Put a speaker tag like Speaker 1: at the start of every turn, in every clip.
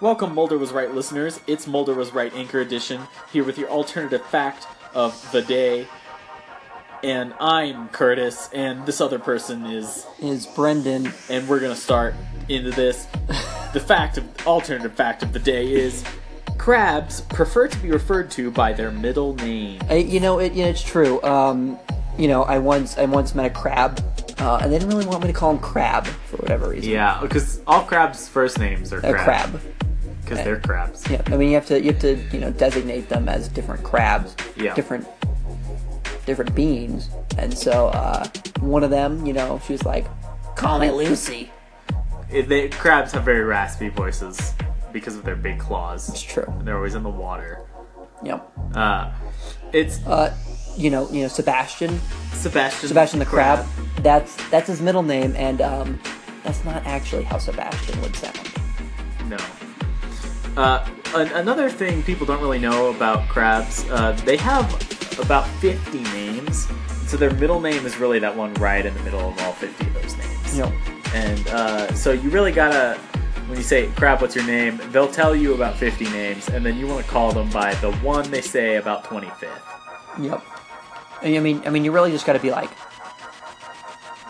Speaker 1: Welcome, Mulder Was Right listeners. It's Mulder Was Right Anchor Edition, here with your alternative fact of the day. And I'm Curtis, and this other person is,
Speaker 2: Is Brendan
Speaker 1: and we're gonna start into this. The fact of alternative fact of the day is crabs prefer to be referred to by their middle name.
Speaker 2: I, you know, it, yeah, it's true. Um, you know, I once I once met a crab, uh, and they didn't really want me to call him Crab for whatever reason.
Speaker 3: Yeah, because all crabs' first names are
Speaker 2: a
Speaker 3: crab.
Speaker 2: crab.
Speaker 3: Because they're crabs.
Speaker 2: Yeah, I mean, you have to you have to you know designate them as different crabs,
Speaker 3: Yeah.
Speaker 2: different different beings, and so uh, one of them, you know, she was like, "Call me Lucy."
Speaker 3: It- they, crabs have very raspy voices because of their big
Speaker 2: It's
Speaker 3: claws.
Speaker 2: true.
Speaker 3: They're always in the water.
Speaker 2: Yep.
Speaker 3: Uh, it's
Speaker 2: Uh, you know, you know, Sebastian,
Speaker 3: Sebastian.
Speaker 2: Sebastian the crab. That's that's his middle name, and um, that's not actually how Sebastian would sound.
Speaker 3: No. Uh, an- another thing people don't really know about crabs, uh, they have about 50 names. So their middle name is really that one right in the middle of all 50 of those names.
Speaker 2: Yep.
Speaker 3: And uh, so you really gotta, when you say, crab, what's your name? They'll tell you about 50 names, and then you wanna call them by the one they say about 25th.
Speaker 2: Yep. And I mean, I mean, you really just got to be like,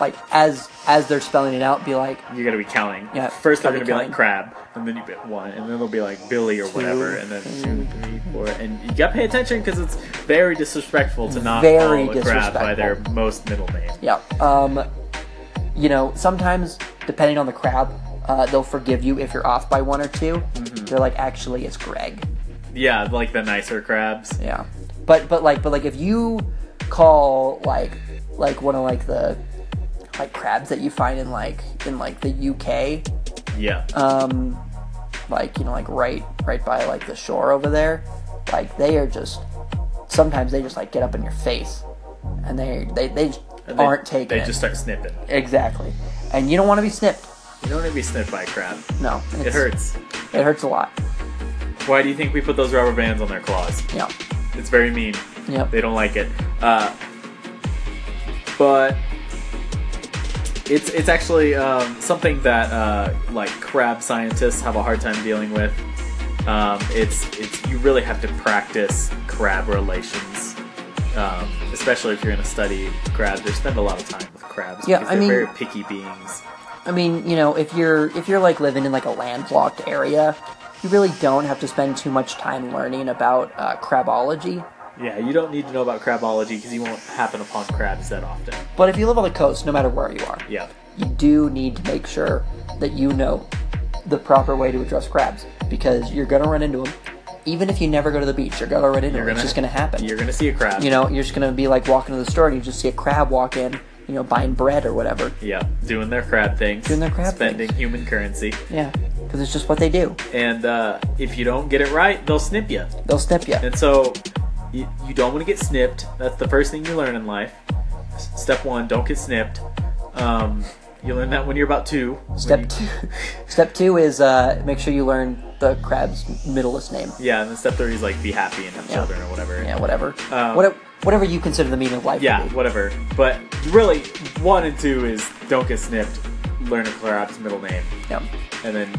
Speaker 2: like as as they're spelling it out, be like,
Speaker 3: You're gonna be counting.
Speaker 2: Yeah,
Speaker 3: First they're gonna
Speaker 2: gotta
Speaker 3: be
Speaker 2: be
Speaker 3: like crab, and then you get one, and then they'll be like Billy or whatever, and then two, three, four, and you gotta pay attention because it's very disrespectful to not
Speaker 2: Very
Speaker 3: call a crab by
Speaker 2: disrespectful.
Speaker 3: their most middle name.
Speaker 2: yeah. Um, you know, sometimes depending on the crowd, uh, they'll forgive you if you're off by one or 2 they They're like, actually, it's Greg.
Speaker 3: Yeah, like the nicer crabs.
Speaker 2: Yeah. But but like but like if you call like like one of like the like crabs that you find in like in like the UK
Speaker 3: Yeah,
Speaker 2: um, like you know, like right, right by like the shore over there, like they are just sometimes they just like get up in your face, and they they they just
Speaker 3: And they-
Speaker 2: aren't taking
Speaker 3: They
Speaker 2: it.
Speaker 3: just start snipping.
Speaker 2: exactly, and you don't want to be snipped.
Speaker 3: You don't want to be snipped by a crab.
Speaker 2: No,
Speaker 3: It
Speaker 2: it's-
Speaker 3: hurts.
Speaker 2: It hurts a lot.
Speaker 3: Why do you think we put those rubber bands on their claws?
Speaker 2: Yeah,
Speaker 3: It's very mean.
Speaker 2: yeah.
Speaker 3: They don't like it. Uh, but it's it's actually um, something that uh, like crab scientists have a hard time dealing with. Um, it's it's you really have to practice crab relations, um, especially if you're going to study crabs or spend a lot of time with crabs.
Speaker 2: Yeah,
Speaker 3: because
Speaker 2: I
Speaker 3: they're
Speaker 2: mean-
Speaker 3: very picky beings.
Speaker 2: I mean, you know, if you're if you're like living in like a landlocked area, you really don't have to spend too much time learning about uh, crabology.
Speaker 3: Yeah, you don't need to know about crabology because you won't happen upon crabs that often.
Speaker 2: But if you live on the coast, no matter where you are,
Speaker 3: Yeah.
Speaker 2: you do need to make sure that you know the proper way to address crabs because you're gonna run into them. Even if you never go to the beach, you're gonna run into them. It's just gonna happen.
Speaker 3: You're gonna see a crab.
Speaker 2: You know, you're just gonna be like walking to the store and you just see a crab walk in, you know, buying bread or whatever.
Speaker 3: Yeah, doing their crab things.
Speaker 2: Doing their crab
Speaker 3: spending
Speaker 2: things.
Speaker 3: human currency.
Speaker 2: Yeah, because it's just what they do.
Speaker 3: And uh, if you don't get it right, they'll snip you.
Speaker 2: They'll snip you.
Speaker 3: And so you, you don't want to get snipped. That's the first thing you learn in life. S- Step one, don't get snipped. Um, you learn that when you're about two. When you-
Speaker 2: Step two. Step two is uh, make sure you learn the crab's middleest name.
Speaker 3: Yeah, and then step three is like be happy and have
Speaker 2: Yeah.
Speaker 3: children or whatever.
Speaker 2: Yeah, whatever.
Speaker 3: Um,
Speaker 2: Whate- whatever you consider the meaning of life. to
Speaker 3: Yeah,
Speaker 2: be.
Speaker 3: whatever. But really, one and two is don't get snipped. Learn a crab's middle name,
Speaker 2: Yeah.
Speaker 3: and then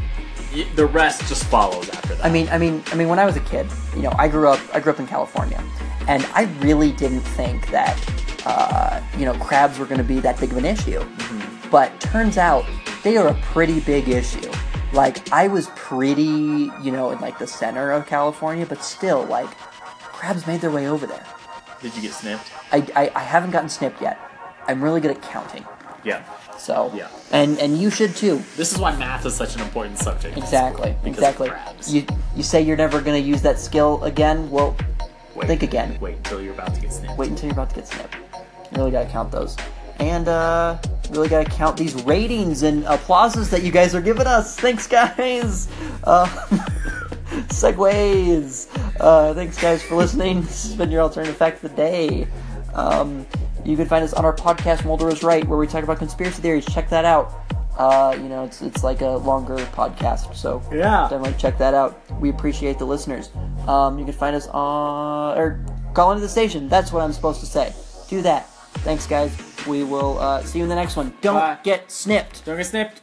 Speaker 3: y- the rest just follows after that.
Speaker 2: I mean, I mean, I mean, when I was a kid, you know, I grew up, I grew up in California, and I really didn't think that, uh, you know, crabs were going to be that big of an issue.
Speaker 3: Mm-hmm.
Speaker 2: But turns out they are a pretty big issue. Like I was pretty, you know, in like the center of California, but still, like, crabs made their way over there.
Speaker 3: Did you get snipped?
Speaker 2: I, I, I haven't gotten snipped yet. I'm really good at counting.
Speaker 3: Yeah.
Speaker 2: So
Speaker 3: Yeah.
Speaker 2: and and you should too.
Speaker 3: This is why math is such an important subject. in
Speaker 2: Exactly.
Speaker 3: school, because of
Speaker 2: Exactly.
Speaker 3: crabs.
Speaker 2: You you say you're never gonna use that skill again. Well,
Speaker 3: Wait.
Speaker 2: think again.
Speaker 3: Wait until you're about to get snipped.
Speaker 2: Wait until you're about to get snipped. You really gotta count those, and uh, really gotta count these ratings and applauses that you guys are giving us. Thanks, guys. Uh, segues. Uh, thanks, guys, for listening. This has been your alternative fact of the day. Um, you can find us on our podcast, Mulder is Right, where we talk about conspiracy theories. Check that out. Uh, you know, it's it's like a longer podcast, so
Speaker 3: Yeah.
Speaker 2: definitely check that out. We appreciate the listeners. Um, you can find us on or call into the station. That's what I'm supposed to say. Do that. Thanks, guys. We will uh, see you in the next one. Don't
Speaker 3: Bye.
Speaker 2: get snipped.
Speaker 3: Don't get snipped.